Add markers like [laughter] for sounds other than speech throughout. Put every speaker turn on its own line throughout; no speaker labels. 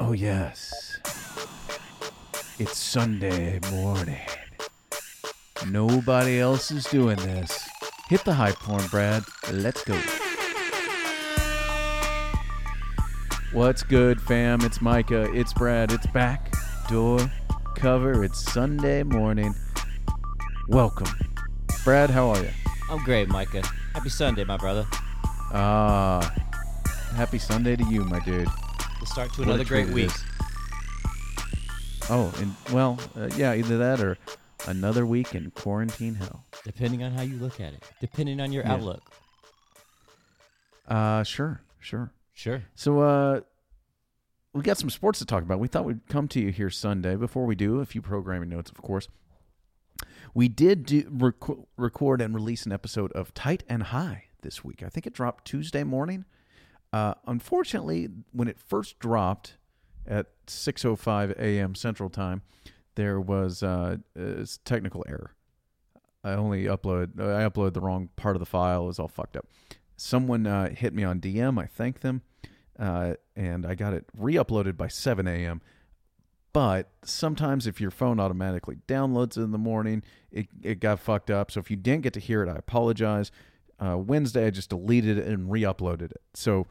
Oh, yes. It's Sunday morning. Nobody else is doing this. Hit the high porn, Brad. Let's go. What's good, fam? It's Micah. It's Brad. It's back. Door. Cover. It's Sunday morning. Welcome. Brad, how are you?
I'm great, Micah. Happy Sunday, my brother.
Ah, happy Sunday to you, my dude.
The start to
What a
another great
treat it
week.
is. Oh, and well, uh, yeah, either that or another week in quarantine hell.
Depending on how you look at it, depending on your
Yeah.
outlook.
Uh, sure, sure.
Sure.
So, uh, we got some sports to talk about. We thought we'd come to you here Sunday. Before we do, a few programming notes, of course. We did do, rec- record and release an episode of Tight and High this week. I think it dropped Tuesday morning. Uh, unfortunately, when it first dropped at 6:05 a.m. Central Time, there was uh, a technical error. I only upload I uploaded the wrong part of the file. It was all fucked up. Someone uh, hit me on DM. I thanked them, uh, and I got it re-uploaded by 7 a.m. But sometimes if your phone automatically downloads it in the morning, it, it got fucked up. So if you didn't get to hear it, I apologize. Uh, Wednesday, I just deleted it and re uploaded it. So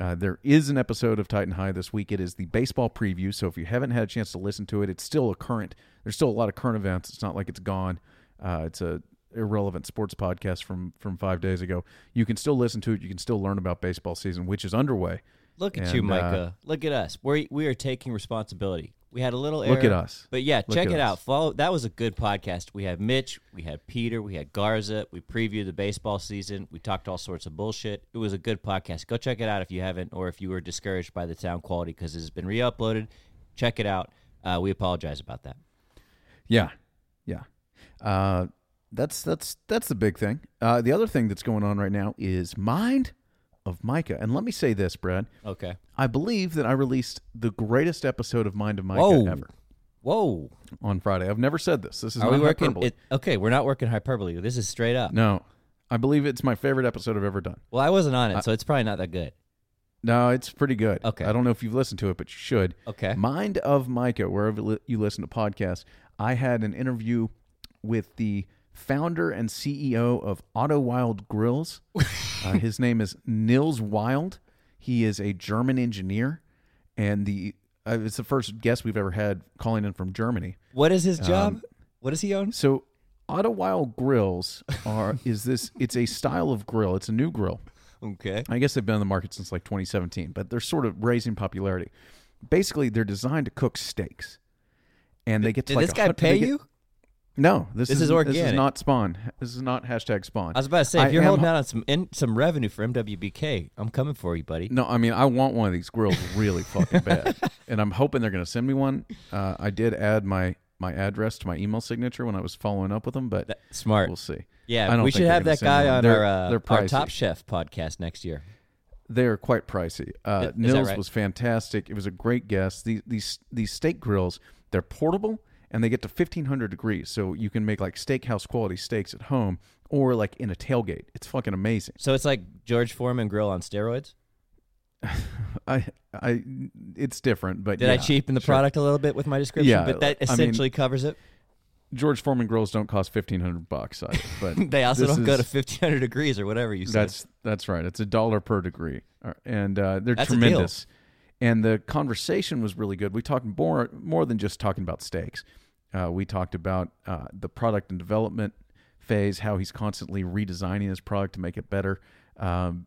uh, there is an episode of Titan High this week. It is the baseball preview. So if you haven't had a chance to listen to it, it's still a current, there's still a lot of current events. It's not like it's gone. Uh, it's a irrelevant sports podcast from from five days ago. You can still listen to it. You can still learn about baseball season, which is underway.
Look at you,
And, uh,
Micah. look at us. We we are taking responsibility. We had a little error.
Look at us.
But yeah,
Look
check
at
it
us.
out. Follow. That was a good podcast. We had Mitch. We had Peter. We had Garza. We previewed the baseball season. We talked all sorts of bullshit. It was a good podcast. Go check it out if you haven't, or if you were discouraged by the sound quality because it has been re-uploaded. Check it out. Uh, we apologize about that.
Yeah, yeah. Uh, that's that's that's the big thing. Uh, the other thing that's going on right now is Mind of Micah, and let me say this, Brad.
Okay.
I believe that I released the greatest episode of Mind of Micah
Whoa.
ever
Whoa.
on Friday. I've never said this. This is
Are
not
we working?
hyperbole.
It, okay, we're not working hyperbole. This is straight up.
no, I believe it's my favorite episode I've ever done.
Well, I wasn't on it,
Uh,
so it's probably not that good.
No, it's pretty good.
Okay.
I don't know if you've listened to it, but you should.
Okay.
Mind of Micah, wherever li- you listen to podcasts, I had an interview with the founder and CEO of Auto Wild Grills. uh, his name is Nils Wild. He is a German engineer, and the uh, it's the first guest we've ever had calling in from Germany.
What is
Um,
his job? what does he own?
So Ottawile grills are is this it's a style of grill. It's a new grill.
Okay.
I guess they've been on the market since like 2017, but they're sort of raising popularity. Basically, they're designed to cook steaks. And they get to
Did
like
this
a
guy
hun- they
pay
get-
you?
No, this,
This is
is This
organic.
is not spawn. This is not hashtag spawn.
I was about to say, if
I
you're
am-
holding out on some in, some revenue for MWBK, I'm coming for you, buddy.
No, I mean I want one of these grills really fucking
[laughs]
bad, and I'm hoping they're gonna send me one. Uh, I did add my my address to my email signature when I was following up with them, but
That- smart.
we'll see. I
yeah,
don't
we
think
should
they're
have
gonna
that
send me
guy
one.
on
They're-
our, uh,
they're
our
pricey.
Top Chef podcast next year.
They are quite pricey.
Is-
Uh,
is that
Nils
right?
was fantastic. It was a great guest. These these these steak grills, they're portable and they get to fifteen hundred degrees, so you can make like steakhouse quality steaks at home or like in a tailgate. It's fucking amazing.
So it's like George Foreman grill on steroids.
I I it's different, but
Did I
yeah,
cheapen the
sure.
product a little bit with my description?
Yeah,
but that
I mean-
essentially covers it. [laughs]
George Foreman grills don't cost fifteen hundred bucks, either, but
[laughs] They also
this
don't go
is-
to 1500 degrees or whatever you said.
That's that's right. It's a dollar per degree, Uh, and uh, they're
That's a deal.
tremendous. And the conversation was really good. We talked more more than just talking about steaks. Uh, we talked about uh, the product and development phase, how he's constantly redesigning his product to make it better, um,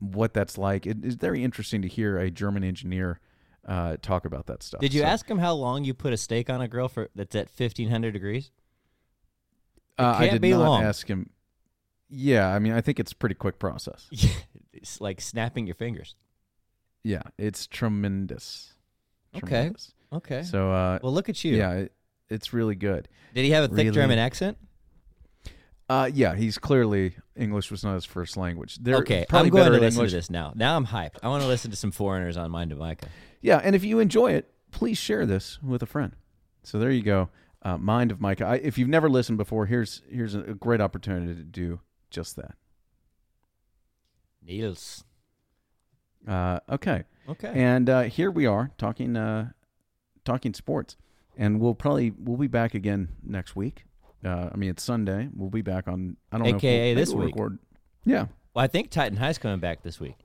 what that's like. It is very interesting to hear a German engineer uh, talk about that stuff.
Did you
So,
ask him how long you put a steak on a grill for that's at 1500
[laughs]
degrees?
Uh, I
can't
did
be
not
long.
ask him. Yeah, I mean, I think it's a pretty quick process.
it's like snapping your fingers.
Yeah, it's tremendous.
Okay.
Tremendous.
Okay.
So, uh,
well, look at you.
Yeah, it, it's really good.
Did he have a thick
Really?
German accent?
Uh, yeah, he's clearly English was not his first language. They're
okay,
probably
I'm going
better
to
at
listen
English.
to this now. Now I'm hyped. I want to listen to some foreigners on Mind of Micah.
Yeah, and if you enjoy it, please share this with a friend. So there you go. Uh, Mind of Micah. I, if you've never listened before, here's here's a, a great opportunity to do just that.
Niels.
Uh, okay.
Okay.
And uh, here we are talking uh, talking sports, and we'll probably we'll be back again next week. Uh, I mean, it's Sunday. We'll be back on. I don't know. if we'll-
AKA
maybe
this
we'll
week.
Record. Yeah,
well, I think Titan High's coming back this week.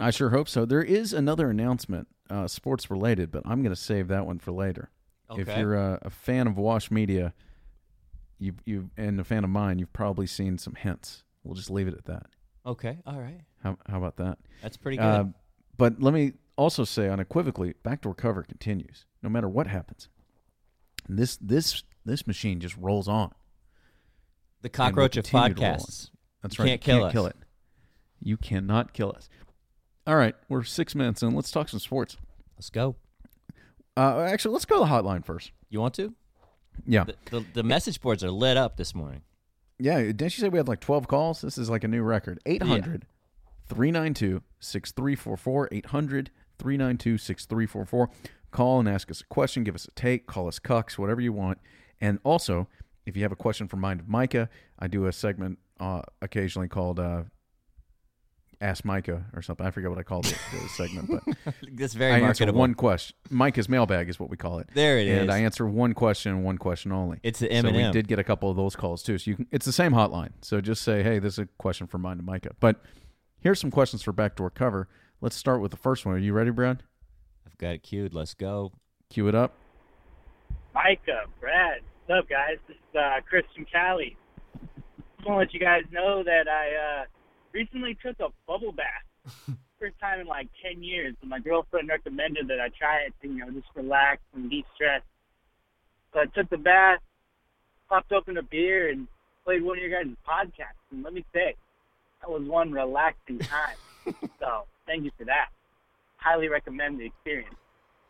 I sure hope so. There is another announcement, uh, sports related, but I'm going to save that one for later. If
Okay.
you're uh, a, a fan of Wash Media, you you and a fan of mine, you've probably seen some hints. We'll just leave it at that.
Okay. All right.
How how about that?
That's pretty good.
Uh, but let me also say unequivocally, backdoor cover continues no matter what happens. And this this this machine just rolls on.
the cockroach of
continue to roll on.
podcasts.
That's
You
right.
can't
you
kill
can't
us.
kill it. You cannot kill us. All right, we're six minutes in. Let's talk some sports.
Let's go.
Uh, actually, let's go to the hotline first.
You want to?
Yeah,
The, the, the message boards are lit up this morning. [laughs]
yeah. uh, Didn't she say we had like twelve calls? This is like a new record. 800 392 6344 800 392 6344 call and ask us a question give us a take call us cucks whatever you want and also if you have a question for mind of micah i do a segment uh, occasionally called uh, ask micah or something i forget what i called the, the segment but
That's very
i answer
marketable.
one question micah's mailbag is what we call it
There it is.
and i answer one question and one question only
It's the
so we
M&M.
did get a couple of those calls too. So you can, it's the same hotline. So just say, hey, this is a question for mine to Micah. But here's some questions for backdoor cover. Let's start with the first one. Are you ready, Brad?
I've got it queued. Let's go.
Cue it up.
Micah, Brad, what's up, guys? This is uh, Chris from Cali. Just want to let you guys know that I uh, recently took a bubble bath. First time in like 10 years. And my girlfriend recommended that I try it to, you know, just relax and de-stress. So I took the bath, popped open a beer, and played one of your guys' podcasts. And let me say, that was one relaxing time. so thank you for that. Highly recommend the experience.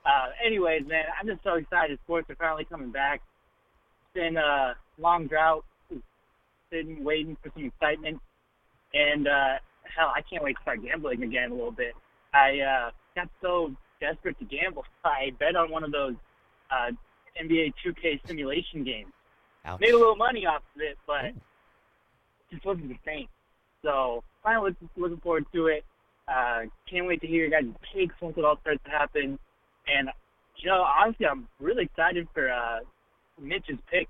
Uh, anyways, man, I'm just so excited. Sports are finally coming back. It's been a long drought. Been waiting for some excitement. And, uh, hell, I can't wait to start gambling again a little bit. I, uh, got so desperate to gamble. [laughs] I bet on one of those, uh, NBA 2K simulation games.
Ouch.
Made a little money off of it, but just wasn't the same. So finally look- looking forward to it. Uh, can't wait to hear your guys' takes once it all starts to happen. And you know, honestly, I'm really excited for uh, Mitch's pick.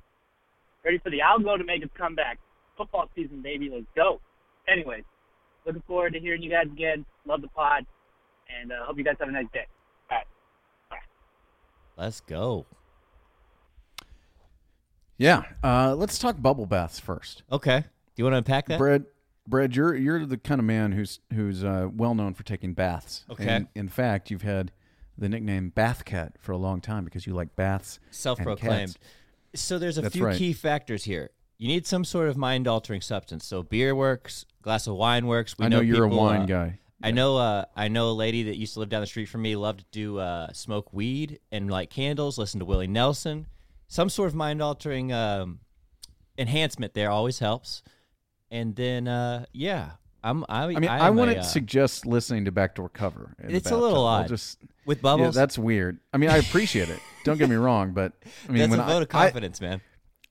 Ready for the algo to make his comeback. Football season, baby, let's go. Anyways, looking forward to hearing you guys again. Love the pod, and uh, hope you guys have a nice day. All right.
Let's go.
Yeah. Uh, let's talk bubble baths first.
Okay. Do you want to unpack that?
Brad, Brad, you're you're the kind of man who's who's uh, well known for taking baths.
Okay.
And in fact, you've had the nickname Bath Cat for a long time because you like baths. and
Self-proclaimed.
cats.
So there's a
That's
few
right.
key factors here. You need some sort of mind-altering substance. So beer works. Glass of wine works. We
I know, you're a
people,
wine
uh,
guy.
I know. Uh, I know a lady that used to live down the street from me. Loved to do uh, smoke weed and light candles. Listen to Willie Nelson. Some sort of mind-altering um, enhancement there always helps. And then, uh, yeah, I'm. I,
I mean,
I,
I,
am
wouldn't
a, uh,
suggest listening to backdoor cover. in the
It's a little
bathtub. I'll
odd.
just
with
Yeah,
bubbles. that's
that's weird. I mean, I appreciate
[laughs]
it. Don't get me wrong, but I mean, when
a vote of
I, I,
confidence, man.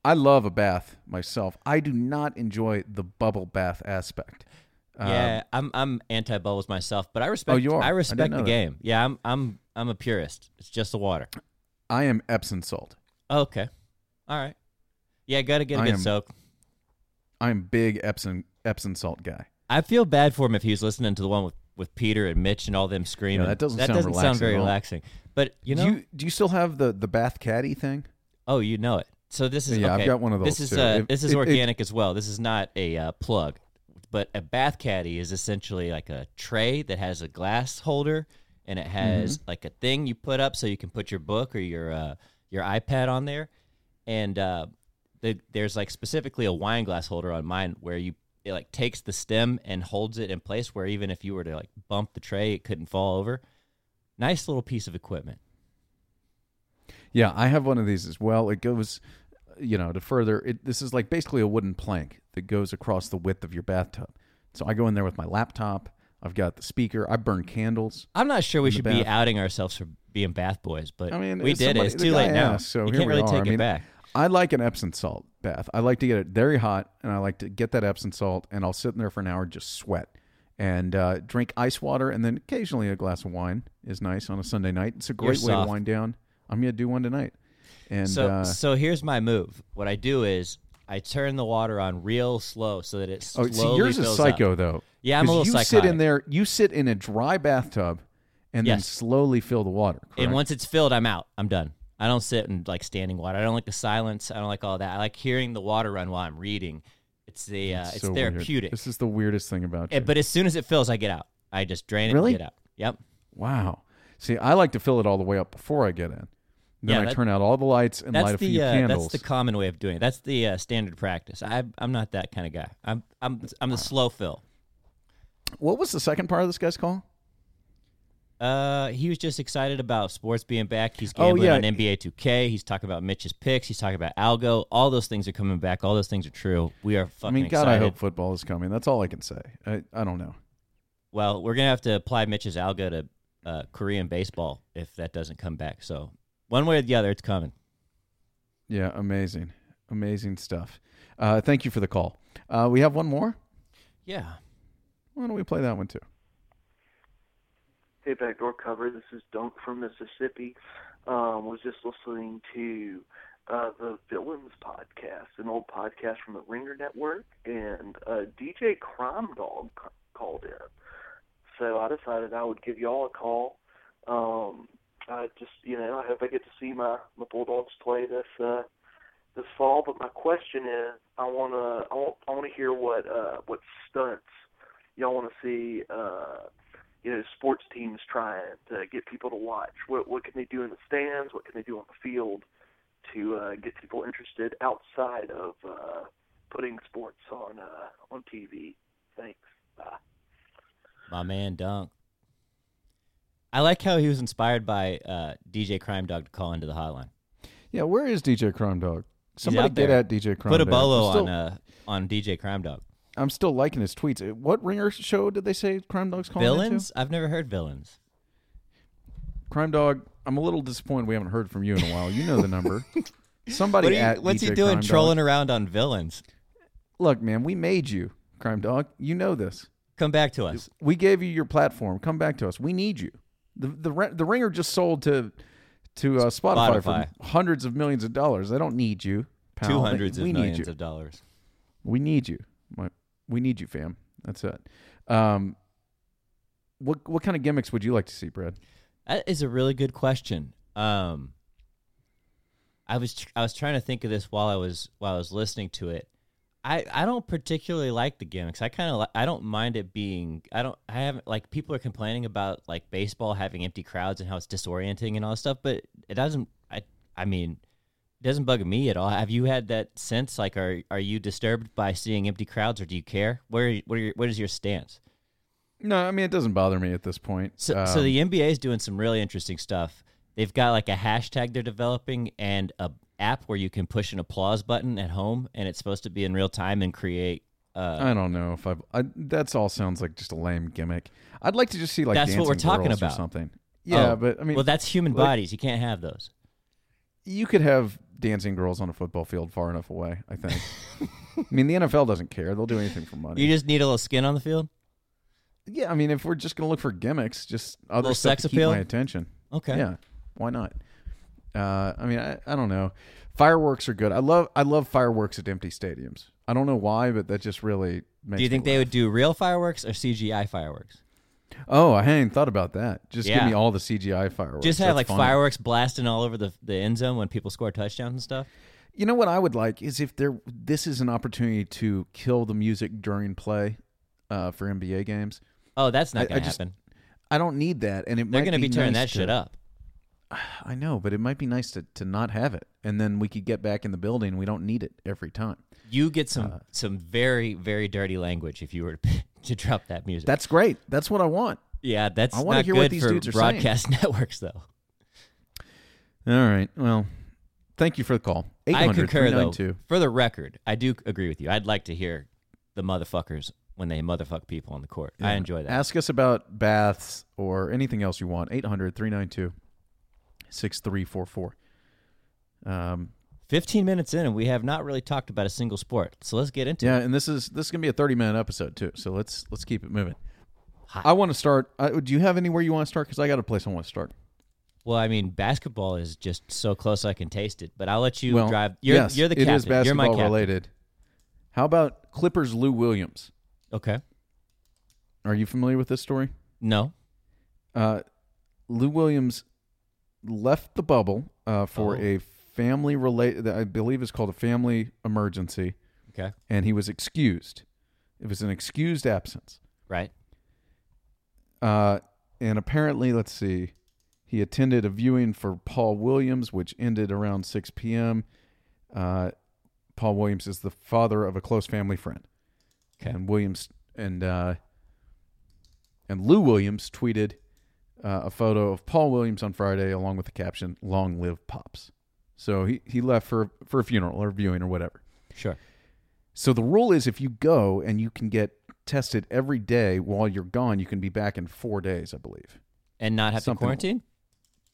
I love a bath myself. I do not enjoy the bubble bath aspect. Um, Oh,
Yeah, I'm I'm anti bubbles myself, but I respect
you are? I
I
didn't
respect
know
the
that.
game. Yeah, I'm I'm I'm a purist. It's just the water.
I am Epsom salt.
okay. All right. Yeah, got to get a
I
good
am-
soak.
I am big Epsom Epsom salt guy.
I feel bad for him if he was listening to the one with, with Peter and Mitch and all them screaming.
that doesn't sound relaxing
very
at all.
relaxing. But you know,
do you do you still have the the bath caddy thing?
oh, you know it. So this is
Yeah, I've
okay.
got one of
This
those,
is
too.
uh,
If-
this is
it- it-
organic as well. This is not a uh, plug, but a bath caddy is essentially like a tray that has a glass holder and
Mm-hmm.
it has like a thing you put up so you can put your book or your uh, your iPad on there, and uh, the, there's like specifically a wine glass holder on mine where you it like takes the stem and holds it in place where even if you were to like bump the tray it couldn't fall over. Nice little piece of equipment.
Yeah, I have one of these as well. It goes, you know, to further. It, this is like basically a wooden plank that goes across the width of your bathtub. So I go in there with my laptop. I've got the speaker. I burn candles.
I'm not sure we
the
should
bath.
be outing ourselves for being bath boys, but
I mean,
we
if
did
somebody-
it. It's
the
too
guy
late now.
asked, so
you
here
can't
we
really
are.
take
I
it
mean,
back.
I like an Epsom salt bath. I like to get it very hot, and I like to get that Epsom salt, and I'll sit in there for an hour and just sweat. and uh, drink ice water, and then occasionally a glass of wine is nice on a Sunday night. It's a great way to
soft.
wind down. I'm gonna do one tonight, and
So
uh,
so here's my move. What I do is I turn the water on real slow so that it
oh,
slowly
see, yours is
fills
psycho
Up.
though.
Yeah, I'm a
'Cause
little
You sit in
psychotic.
there. You sit in a dry bathtub, and then
Yes.
slowly fill the water.
And
correct?
once it's filled, I'm out. I'm done. I don't sit in like standing water. I don't like the silence. I don't like all that. I like hearing the water run while I'm reading. It's the uh, it's,
so weird.
therapeutic.
This is the weirdest thing about you.
Eh, but as soon as it fills, I get out. I just drain it
Really?
and get out. Yep.
Wow. See, I like to fill it all the way up before I get in. Then
Yeah,
I
that-
turn out all the lights and light
That's
a few
the uh,
candles.
that's the common way of doing it. That's the uh, standard practice. I I'm not that kind of guy. I'm I'm I'm the slow fill.
What was the second part of this guy's call?
Uh, he was just excited about sports being back. He's
Oh,
gambling
yeah.
on NBA 2K. He's talking about Mitch's picks. He's talking about Algo. All those things are coming back. All those things are true. We are
I
fucking
mean, God,
excited.
I hope football is coming. That's all I can say. I, I don't know.
Well, we're gonna have to apply Mitch's Algo to uh, Korean baseball if that doesn't come back. So one way or the other, it's coming.
Yeah, amazing. Amazing stuff. Uh, thank you for the call. Uh, we have one more.
Yeah.
Why don't we play that one too?
Hey, backdoor cover. This is Dunk from Mississippi. Um, was just listening to uh, the Villains podcast, an old podcast from the Ringer Network, and uh, DJ Crime Dog c- called in. So I decided I would give y'all a call. Um, I just, you know, I hope I get to see my my Bulldogs play this uh, this fall. But my question is, I wanna, I want, I want to hear what uh, what stunts y'all want to see. Uh, you know, sports teams trying to get people to watch? What what can they do in the stands? What can they do on the field to uh, get people interested outside of uh, putting sports on uh, on TV? Thanks. Bye.
My man Dunk. I like how he was inspired by uh, DJ Crime Dog to call into the hotline.
Yeah, where is DJ Crime Dog? Somebody
out
get
there.
at DJ Crime
Put a
Dog.
bolo
I'm still,
on uh, on DJ Crime Dog.
I'm still liking his tweets. Uh, What ringer show did they say Crime Dog's calling into?
Villains? I've never heard villains.
Crime Dog, I'm a little disappointed we haven't heard from you in a while. You know the number.
[laughs]
Somebody
What are you-
at
what's he
DJ
doing
Crime Dog.
trolling around on villains?
Look, man, we made you, Crime Dog. You know this.
Come back to us.
We gave you your platform. Come back to us. We need you. The the Re- the Ringer just sold to to uh, Spotify,
Spotify.
for hundreds of millions of dollars. They don't need you. Pal.
Two
They-
hundreds of
Oh, we
millions
Need you.
of dollars.
we need you. My, we need you, fam. That's it. Um, what what kind of gimmicks would you like to see, Brad?
That is a really good question. Um, I was tr- I was trying to think of this while I was while I was listening to it. I, I don't particularly like the gimmicks. I kind of li- I don't mind it being I don't I haven't like people are complaining about like baseball having empty crowds and how it's disorienting and all that stuff, but it doesn't I I mean it doesn't bug me at all. Have you had that sense like are are you disturbed by seeing empty crowds or do you care? Where where your, what is your stance?
No, I mean it doesn't bother me at this point. Um,
So, so the NBA is doing some really interesting stuff. They've got like a hashtag they're developing and a app where you can push an applause button at home, and it's supposed to be in real time and create. Uh,
I don't know if I've. I, that's all sounds like just a lame gimmick. I'd like to just see like
That's what we're
Dancing
talking
Girls or
about.
something. Yeah,
oh,
but I mean,
well, that's human
like-
bodies. You can't have those.
you could have dancing girls on a football field far enough away. I
[laughs]
think. I mean, the NFL doesn't care; they'll do anything for money.
You just need a little skin on the field.
yeah, I mean, if we're just gonna look for gimmicks, just other
Little
stuff
sex
to
appeal?
keep my attention.
Okay.
Yeah, why not? Uh, I mean, I, I don't know. Fireworks are good. I love I love fireworks at empty stadiums. I don't know why, but that just really makes.
Do you think
me
they would do real fireworks or CGI fireworks?
laugh. Oh, I hadn't even thought about that. Just give
Yeah.
me all the CGI fireworks.
Just have
That's
like
fun.
fireworks blasting all over the, the end zone when people score touchdowns and stuff.
You know what I would like is if there this is an opportunity to kill the music during play uh, for NBA games.
Oh, that's
I-
not
I
going to
just-
happen.
I don't need that, and it
They're
might
going to be, turning
nice
that shit
to-
up.
I know, but it might be nice to to not have it, and then we could get back in the building. We don't need it every time.
You get some
uh,
some very very dirty language if you were to, [laughs] to drop that music.
That's great. That's what I want.
Yeah, that's
I wanna
not
hear
good
what these
for
dudes are saying.
broadcast [laughs] networks, though.
All right. Well, thank you for the call.
I
800
concur, though.
392.
For the record, I do agree with you. I'd like to hear the motherfuckers when they motherfuck people on the court. I enjoy that.
Ask us about baths or anything else you want. 800 392 6344. Um,
Fifteen minutes in, and we have not really talked about a single sport. So let's get into it.
Yeah, and this is this is gonna be a thirty minute episode too. So let's let's keep it moving. I want to start. I, do you have anywhere you want to start? Because I got a place I want to start.
Well, I mean, basketball is just so close I can taste it. But I'll let you
well,
drive. You're,
yes,
you're the
it
captain.
is basketball
you're my captain.
related. How about Clippers Lou Williams?
Okay.
Are you familiar with this story?
No.
Uh, Lou Williams left the bubble uh, for
Oh.
a family related, I believe it's called a family emergency,
Okay.
and he was excused. It was an excused absence.
Right.
Uh, and apparently, let's see, he attended a viewing for Paul Williams, which ended around 6 p.m. Uh, Paul Williams is the father of a close family friend,
Okay.
and Williams and uh, and Lou Williams tweeted uh, a photo of Paul Williams on Friday, along with the caption "Long live Pops." So he, he left for for a funeral or viewing or whatever.
Sure.
So the rule is if you go and you can get tested every day while you're gone, you can be back in four days, I believe.
And not have
Something-
to quarantine.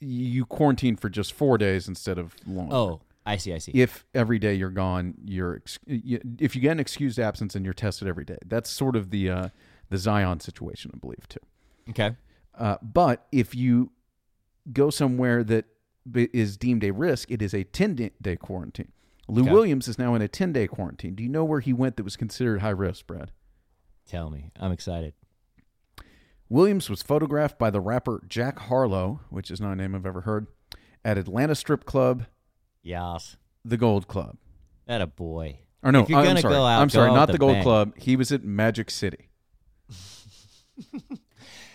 You quarantine for just four days instead of longer.
Oh, I see. I see.
If every day you're gone, you're ex- you, if you get an excused absence and you're tested every day, that's sort of the uh, the Zion situation, I believe too.
Okay.
Uh, but if you go somewhere that b- is deemed a risk, it is a 10 da- day quarantine. Lou
Okay.
Williams is now in a 10 day quarantine. Do you know where he went that was considered high risk, Brad?
Tell me. I'm excited.
Williams was photographed by the rapper Jack Harlow, which is not a name I've ever heard, at Atlanta strip club,
Yas.
the Gold Club.
That a boy.
Or no,
If you're
I'm
gonna
sorry.
go out,
I'm
go
sorry,
out
not
with
the
a
Gold
bang.
Club. He was at Magic City.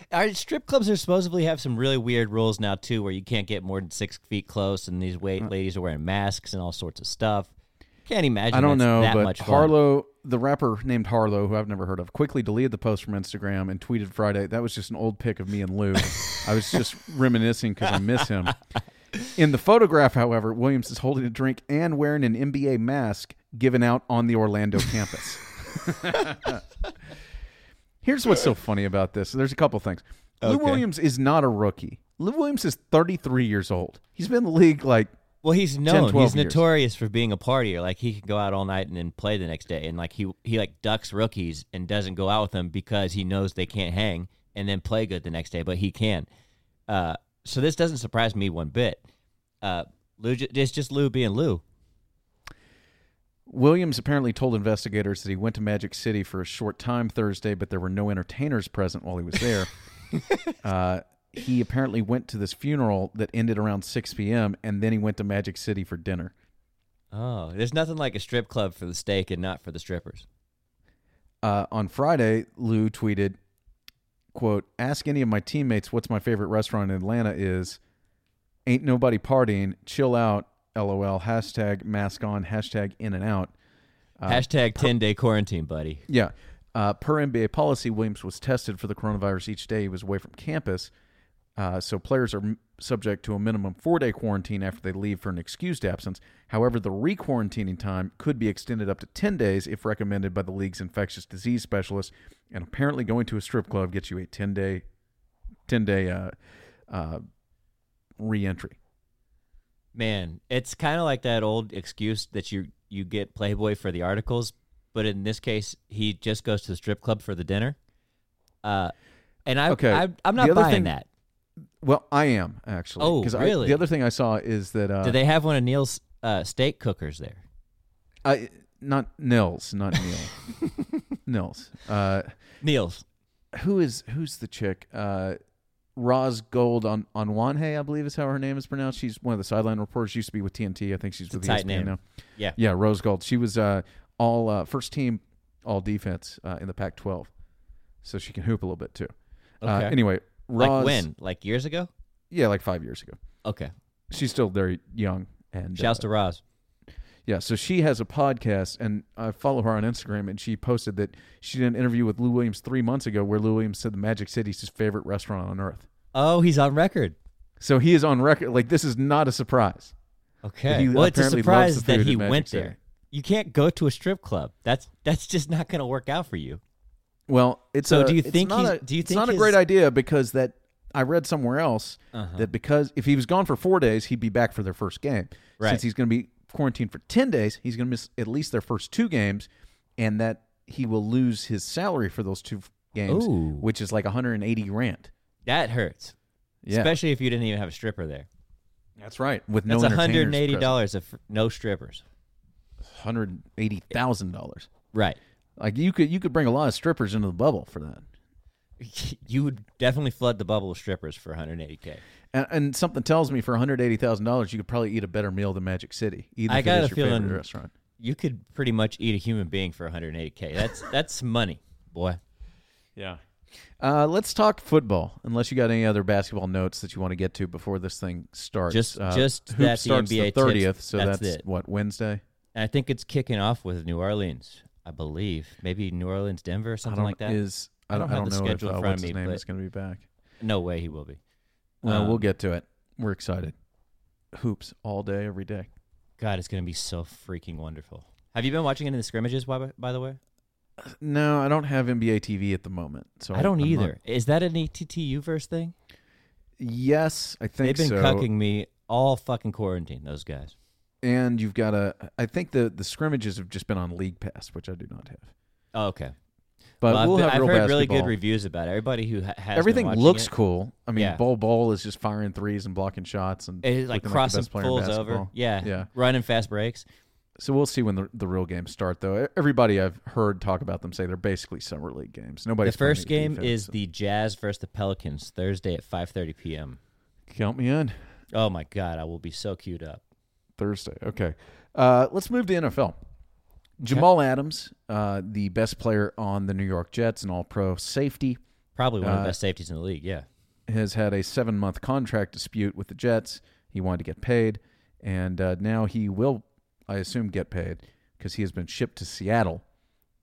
Our strip clubs are supposedly have some really weird rules now too, where you can't get more than six feet close, and these
Uh,
wait ladies are wearing masks and all sorts of stuff. Can't imagine.
I don't
that's
know,
that
but
much fun.
Harlow, the rapper named Harlow, who I've never heard of, quickly deleted the post from Instagram and tweeted Friday. That was just an old pic of me and Lou. I was
[laughs]
just reminiscing because I miss him. In the photograph, however, Williams is holding a drink and wearing an NBA mask given out on the Orlando campus. [laughs] Here's what's so funny about this. There's a couple things. Lou
Okay.
Williams is not a rookie. Lou Williams is 33 years old. He's been in the league like
Well, he's known.
12
he's
years.
notorious for being a partier. Like he can go out all night and then play the next day, and like he he like ducks rookies and doesn't go out with them because he knows they can't hang, and then play good the next day. But he can. Uh, so this doesn't surprise me one bit. Uh, Lou, ju- it's just Lou being Lou.
Williams apparently told investigators that he went to Magic City for a short time Thursday, but there were no entertainers present while he was there. uh, he apparently went to this funeral that ended around 6 p.m., and then he went to Magic City for dinner.
Oh, there's nothing like a strip club for the steak and not for the strippers.
Uh, on Friday, Lou tweeted, quote, Ask any of my teammates what's my favorite restaurant in Atlanta is. Ain't nobody partying. Chill out. LOL. Hashtag mask on. Hashtag in and out. Uh,
Hashtag ten day quarantine, buddy.
Yeah. Uh, per NBA policy, Williams was tested for the coronavirus each day he was away from campus. Uh, so players are m- subject to a minimum four day quarantine after they leave for an excused absence. However, the re quarantining time could be extended up to 10 days if recommended by the league's infectious disease specialist. And apparently, going to a strip club gets you a 10 day 10 day uh, uh, re entry.
Man, it's kind of like that old excuse that you you get Playboy for the articles, but in this case, he just goes to the strip club for the dinner. Uh, and I,
Okay,
I I'm
the
not
other
buying
thing-
that.
Well, I am, actually.
Oh,
'Cause I,
really?
the other thing I saw is that. Uh,
Do they have one of Neil's uh, steak cookers there?
I not Nils, not Neil.
[laughs]
Nils. Uh,
Neil's.
who is who's the chick? Uh, Roz Gold on on Wanhei, I believe is how her name is pronounced. She's one of the sideline reporters. She used to be with TNT. I think she's with
a tight
ESPN
name.
now.
Yeah.
Yeah, Rose Gold. She was uh, all uh, first team, all defense uh, in the Pac-12, so she can hoop a little bit too. Uh,
Okay.
anyway, Roz.
Like when? Like years ago?
Yeah, like five years ago.
Okay.
She's still very young. And
Shouts
uh,
to Roz.
Yeah, so she has a podcast, and I follow her on Instagram, and she posted that she did an interview with Lou Williams three months ago, where Lou Williams said the Magic City's his favorite restaurant on earth.
Oh, he's on record.
So he is on record. Like this is not a surprise.
Okay.
He
well, it's a
apparently loves the
surprise that
food
he
at Magic
went
City.
there. You can't go to a strip club. That's that's just not going to work out for you.
Well, it's
So
a,
do you
it's
think
not
he's-
a-
do you
it's
think
not a
his- Uh-huh.
great idea because that I read somewhere else that because if he was gone for four days, he'd be back for their first game.
Right.
Since he's going to be quarantined for ten days, he's going to miss at least their first two games, and that he will lose his salary for those two games,
Ooh.
which is like 180 grand.
That hurts.
Yeah,
Especially if you didn't even have a stripper there.
that's right. With no
That's
entertainers present.
$180 if no strippers.
hundred eighty thousand dollars.
Right.
Like you could you could bring a lot of strippers into the bubble for that.
[laughs] You would definitely flood the bubble with strippers for 180K.
And, and something tells me for one hundred eighty thousand dollars, you could probably eat a better meal than Magic City. Even
I
if
got
it
a
is your
feeling-
favorite restaurant.
You could pretty much eat a human being for 180K. That's [laughs] that's money, boy.
Yeah. Uh, let's talk football. Unless you got any other basketball notes that you want to get to before this thing starts.
Just-
uh,
just
hoop
that the
starts
NBA tips.
thirtieth. So
That's
that's,
it.
what Wednesday.
And I think it's kicking off with New Orleans, I believe. Maybe New Orleans, Denver, or
I
something
don't
like that.
is I
I
don't,
don't have the
know if
schedule in
uh,
front
what's
of me,
his name
but-
is going to be back.
no way he will be.
Well,
Um,
we'll get to it. We're excited. Hoops all day, every day.
God, it's going to be so freaking wonderful. Have you been watching any of the scrimmages, by, by the way?
No, I don't have NBA TV at the moment, so
I don't
I'm not-
either. Is that an E ETTU verse thing?
Yes, I think
They've been
so.
cucking me all fucking quarantine, those guys.
And you've got a. I think the the scrimmages have just been on League Pass, which I do not have.
Oh, okay.
But
Well, I've
we'll
been-
have
I've
real
heard
basketball.
really good reviews about it. Everybody who ha- has been
Everything
watching
looks
it,
cool. I mean,
Yeah.
Bol Bol is just firing threes and blocking shots and
it's like
looking
crossing
like the best player in
fools over.
basketball.
Yeah.
yeah.
Running fast breaks.
So we'll see when the the real games start, though. E, Everybody I've heard talk about them say they're basically summer league games. Nobody's
the
playing
first
any
game
defense,
is
so-
the Jazz versus the Pelicans Thursday at 5:30 p.m.
count me in.
Oh my god, I will be so queued up.
Thursday. Okay. Uh, let's move to NFL. Jamal Adams, uh, the best player on the New York Jets and all pro safety,
Probably one of
Uh,
the best safeties in the league, yeah.
has had a seven month contract dispute with the Jets. He wanted to get paid, and uh, now he will, I assume, get paid because he has been shipped to Seattle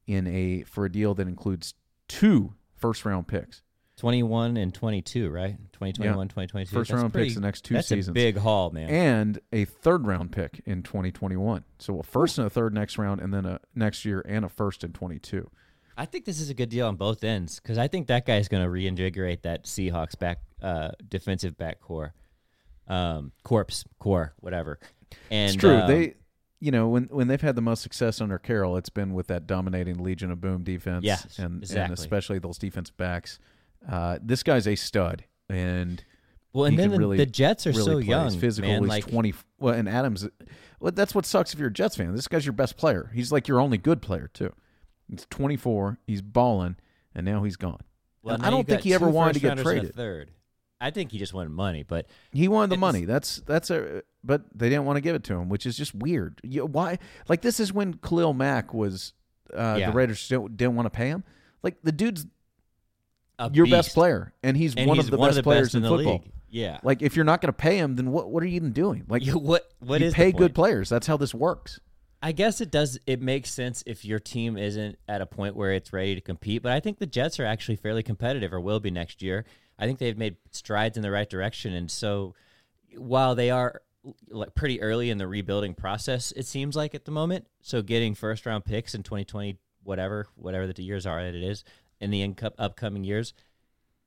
in a for a deal that includes two first round picks.
21 and 22, right? 2021, 2022.
First
That's
round
pretty-
picks the next two
that's a
seasons.
big haul, man.
and a third round pick in 2021. So a first and a third next round, and then a next year and a first in 22.
I think this is a good deal on both ends because I think that guy's going to reinvigorate that Seahawks back uh, defensive back core, um, corpse core, whatever. And
it's true.
um,
they, you know, when when they've had the most success under Carroll, it's been with that dominating Legion of Boom defense,
Yes,
and and
exactly.
especially those defense backs. Uh, this guy's a stud, and
well, and
he
then
could
the,
really-
the Jets are
really
so
plays
young,
physical.
man.
he's
like,
twenty. Well, and Adams, well, that's what sucks if you're a Jets fan. This guy's your best player. He's like your only good player too. He's 24. He's balling, and now he's gone.
well,
and
now
I don't
you've
think
got
he ever
two
wanted to get
first-rounders and a
traded.
Third, I think he just wanted money, but
He wanted the
It's-
money. That's that's a but they didn't want to give it to him, which is just weird. You, why? Like this is when Khalil Mack was uh,
Yeah.
the Raiders don't, didn't want to pay him. Like the dude's
a
your best
beast.
player, and he's
and
one
he's
of the
one
best
of the
players
best
in,
in the
football.
league. Yeah,
Like if you're not going to pay him, then what what are you even doing? Like
[laughs] You- what? [laughs] What
you
is the
pay
point?
good players. That's how this works.
I guess it does. It makes sense if your team isn't at a point where it's ready to compete. But I think the Jets are actually fairly competitive, or will be next year. I think they've made strides in the right direction, and so while they are like pretty early in the rebuilding process, it seems like at the moment. So getting first round picks in twenty twenty, whatever, whatever the years are that it is in the inco- upcoming years,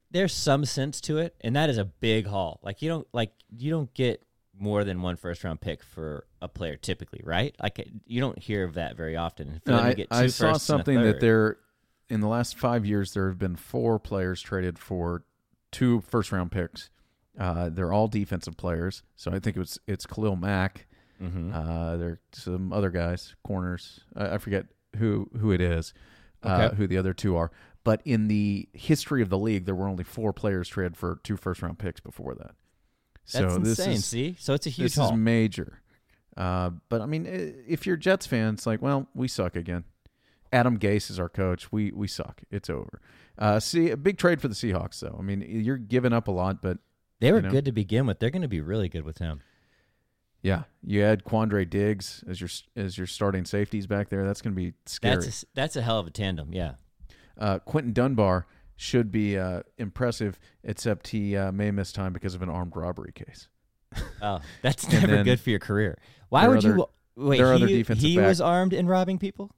there's some sense to it, and that is a big haul. Like you don't like you don't get more than one first round pick for a player typically, right? Like you don't hear of that very often. And for
No,
them to
I,
get
I
two
saw
firsts and a
something that
third-
there in the last five years there have been four players traded for two first round picks. Uh, they're all defensive players, so I think it was it's Khalil Mack.
Mm-hmm.
Uh, there are some other guys, corners. I, I forget who who it is, uh,
Okay.
who the other two are. But in the history of the league, there were only four players traded for two first round picks before that.
that's
so
insane.
this is
see, so it's a huge
this
haul.
is major. Uh, but I mean, i- if you're Jets fans, like, well, we suck again. Adam Gase is our coach. We we suck. It's over. Uh, see, a big trade for the Seahawks, though. I mean, you're giving up a lot, but
they were
you know?
good to begin with. They're going to be really good with him.
yeah, you add Quandre Diggs as your as your starting safeties back there. That's going to be scary.
That's a, s- that's a hell of a tandem. Yeah.
uh, Quentin Dunbar should be uh, impressive, except he uh, may miss time because of an armed robbery case.
Oh, that's never
then
good for your career. Why
their
would you?
other-
Wait,
their
he,
other defensive
he
back-
was armed and robbing people.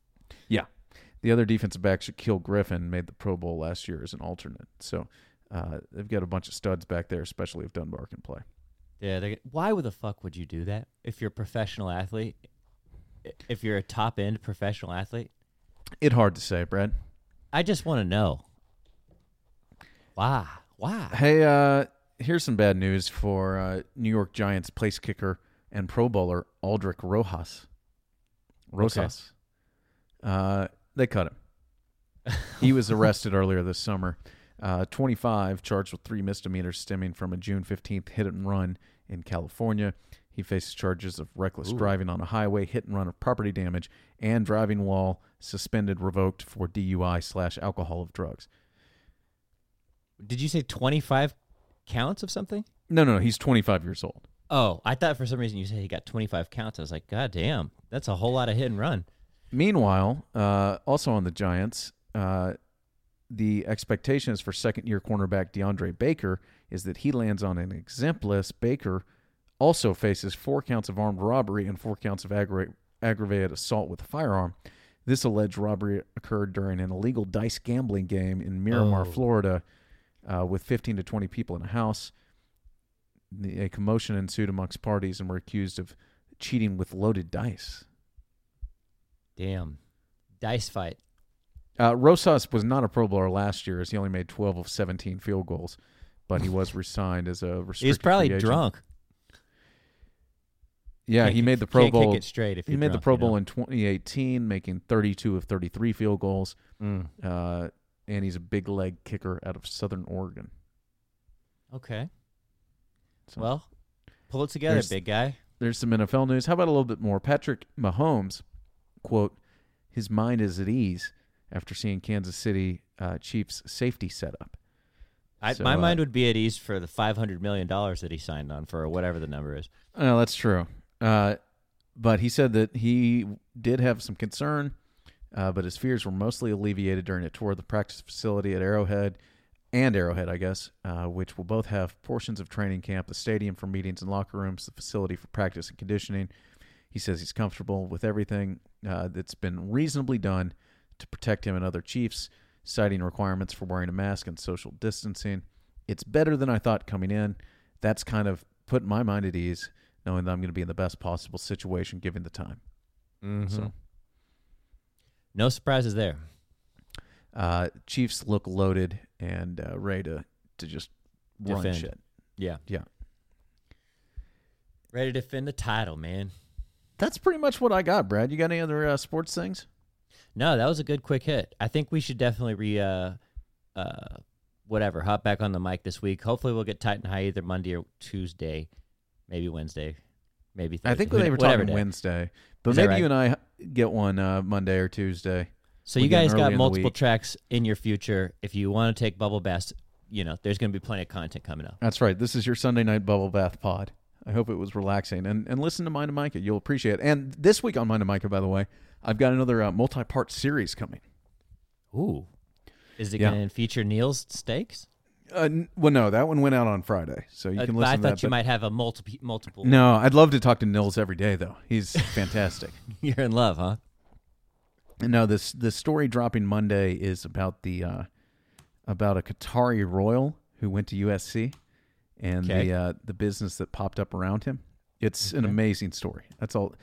Yeah. The other defensive back, Shaquille Griffin, made the Pro Bowl last year as an alternate. So uh, they've got a bunch of studs back there, especially if Dunbar can play.
Yeah. They're, why would the fuck would you do that if you're a professional athlete? I- If you're a top end professional athlete,
It hard to say, Brad.
I just want to know. Why? Why?
Hey, uh, here's some bad news for uh, New York Giants place kicker and Pro Bowler Aldrick Rojas. Rosas. Uh, they cut him. he was arrested earlier this summer. Uh, 25, charged with three misdemeanors stemming from a June 15th hit and run in California. He faces charges of reckless driving on a highway, hit and run of property damage, and driving while suspended, revoked for DUI slash alcohol of drugs.
Did you say 25 counts of something?
No, no, no. He's 25 years old.
Oh, I thought for some reason you said he got 25 counts. I was like, God damn, that's a whole lot of hit and run.
Meanwhile, uh, also on the Giants, uh, the expectation is for second year cornerback DeAndre Baker is that he lands on an exempt list. Baker also faces four counts of armed robbery and four counts of aggra- aggravated assault with a firearm. This alleged robbery occurred during an illegal dice gambling game in Miramar,
Oh.
Florida, uh, with 15 to 20 people in a house. The- A commotion ensued amongst parties and were accused of cheating with loaded dice.
Damn. Dice fight.
Uh, Rosas was not a Pro Bowler last year, as he only made 12 of 17 field goals, but he was resigned as a restricted.
He's probably
free agent.
drunk.
Yeah,
Can't
he
kick-
made the Pro
can't
Bowl.
Kick it straight if
he
you're
made the
drunk,
Pro
you know?
Bowl in 2018, making 32 of 33 field goals,
Mm.
uh, and he's a big leg kicker out of Southern Oregon.
Okay.
So
Well, pull it together,
There's-
big guy.
there's some NFL news. How about a little bit more? Patrick Mahomes, quote, his mind is at ease after seeing Kansas City uh, Chiefs safety setup.
I,
So,
my
uh,
mind would be at ease for the five hundred million dollars that he signed on for, or whatever the number is.
Uh, that's true. Uh, but he said that he did have some concern, uh, but his fears were mostly alleviated during a tour of the practice facility at Arrowhead and Arrowhead, I guess, uh, which will both have portions of training camp, the stadium for meetings and locker rooms, the facility for practice and conditioning. He says he's comfortable with everything uh, that's been reasonably done to protect him and other Chiefs, citing requirements for wearing a mask and social distancing. It's better than I thought coming in. That's kind of put my mind at ease, knowing that I'm going to be in the best possible situation given the time. So,
No surprises there.
uh, Chiefs look loaded and uh, ready to, to just run
Defend.
shit.
Yeah,
Yeah.
ready to defend the title, man.
That's pretty much what I got, Brad. You got any other uh, sports things?
No, that was a good quick hit. I think we should definitely re uh, uh whatever hop back on the mic this week. Hopefully, we'll get Titan High either Monday or Tuesday, maybe Wednesday, maybe. Thursday.
I think
Who
they
kn-
were
whatever
talking
day.
Wednesday, but
Is that
maybe
right?
you and I get one uh, Monday or Tuesday.
So
We
you
get 'em
guys
early in
got
the
multiple
week.
tracks in your future. If you want to take Bubble Bass, you know there's going to be plenty of content coming up.
That's right. This is your Sunday night bubble bath pod. I hope it was relaxing. And and listen to Mind and Micah. You'll appreciate it. And this week on Mind and Micah, by the way, I've got another uh, multi part series coming.
Ooh, is it
Yeah.
going to feature Neil's steaks?
Uh, n- well, no, that one went out on Friday, so you
Uh,
can
but
listen
I
to
thought
that.
you
but-
might have a multiple
[laughs]
multiple.
No, I'd love to talk to Nils every day, though. He's [laughs] fantastic.
You're in love, huh?
no, this the story dropping Monday is about the uh, about a Qatari royal who went to USC and
Okay.
the uh, the business that popped up around him. It's an amazing story. That's all.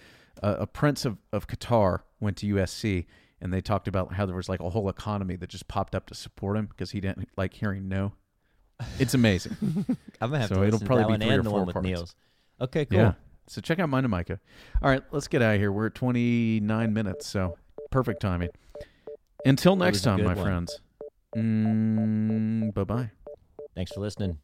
Uh, a prince of, of Qatar went to USC, and they talked about how there was like a whole economy that just popped up to support him because he didn't like hearing no. It's amazing.
I'm gonna have
So
to
it'll
listen to
probably
that
be
one
three or
and the
four
one with
parts.
Neil's. Okay, cool.
Yeah. So check out Mind and Micah. All right, let's get out of here. We're at 29 minutes, so perfect timing. Until next
was a
time,
good
my
one.
friends. Mm, bye bye.
Thanks for listening.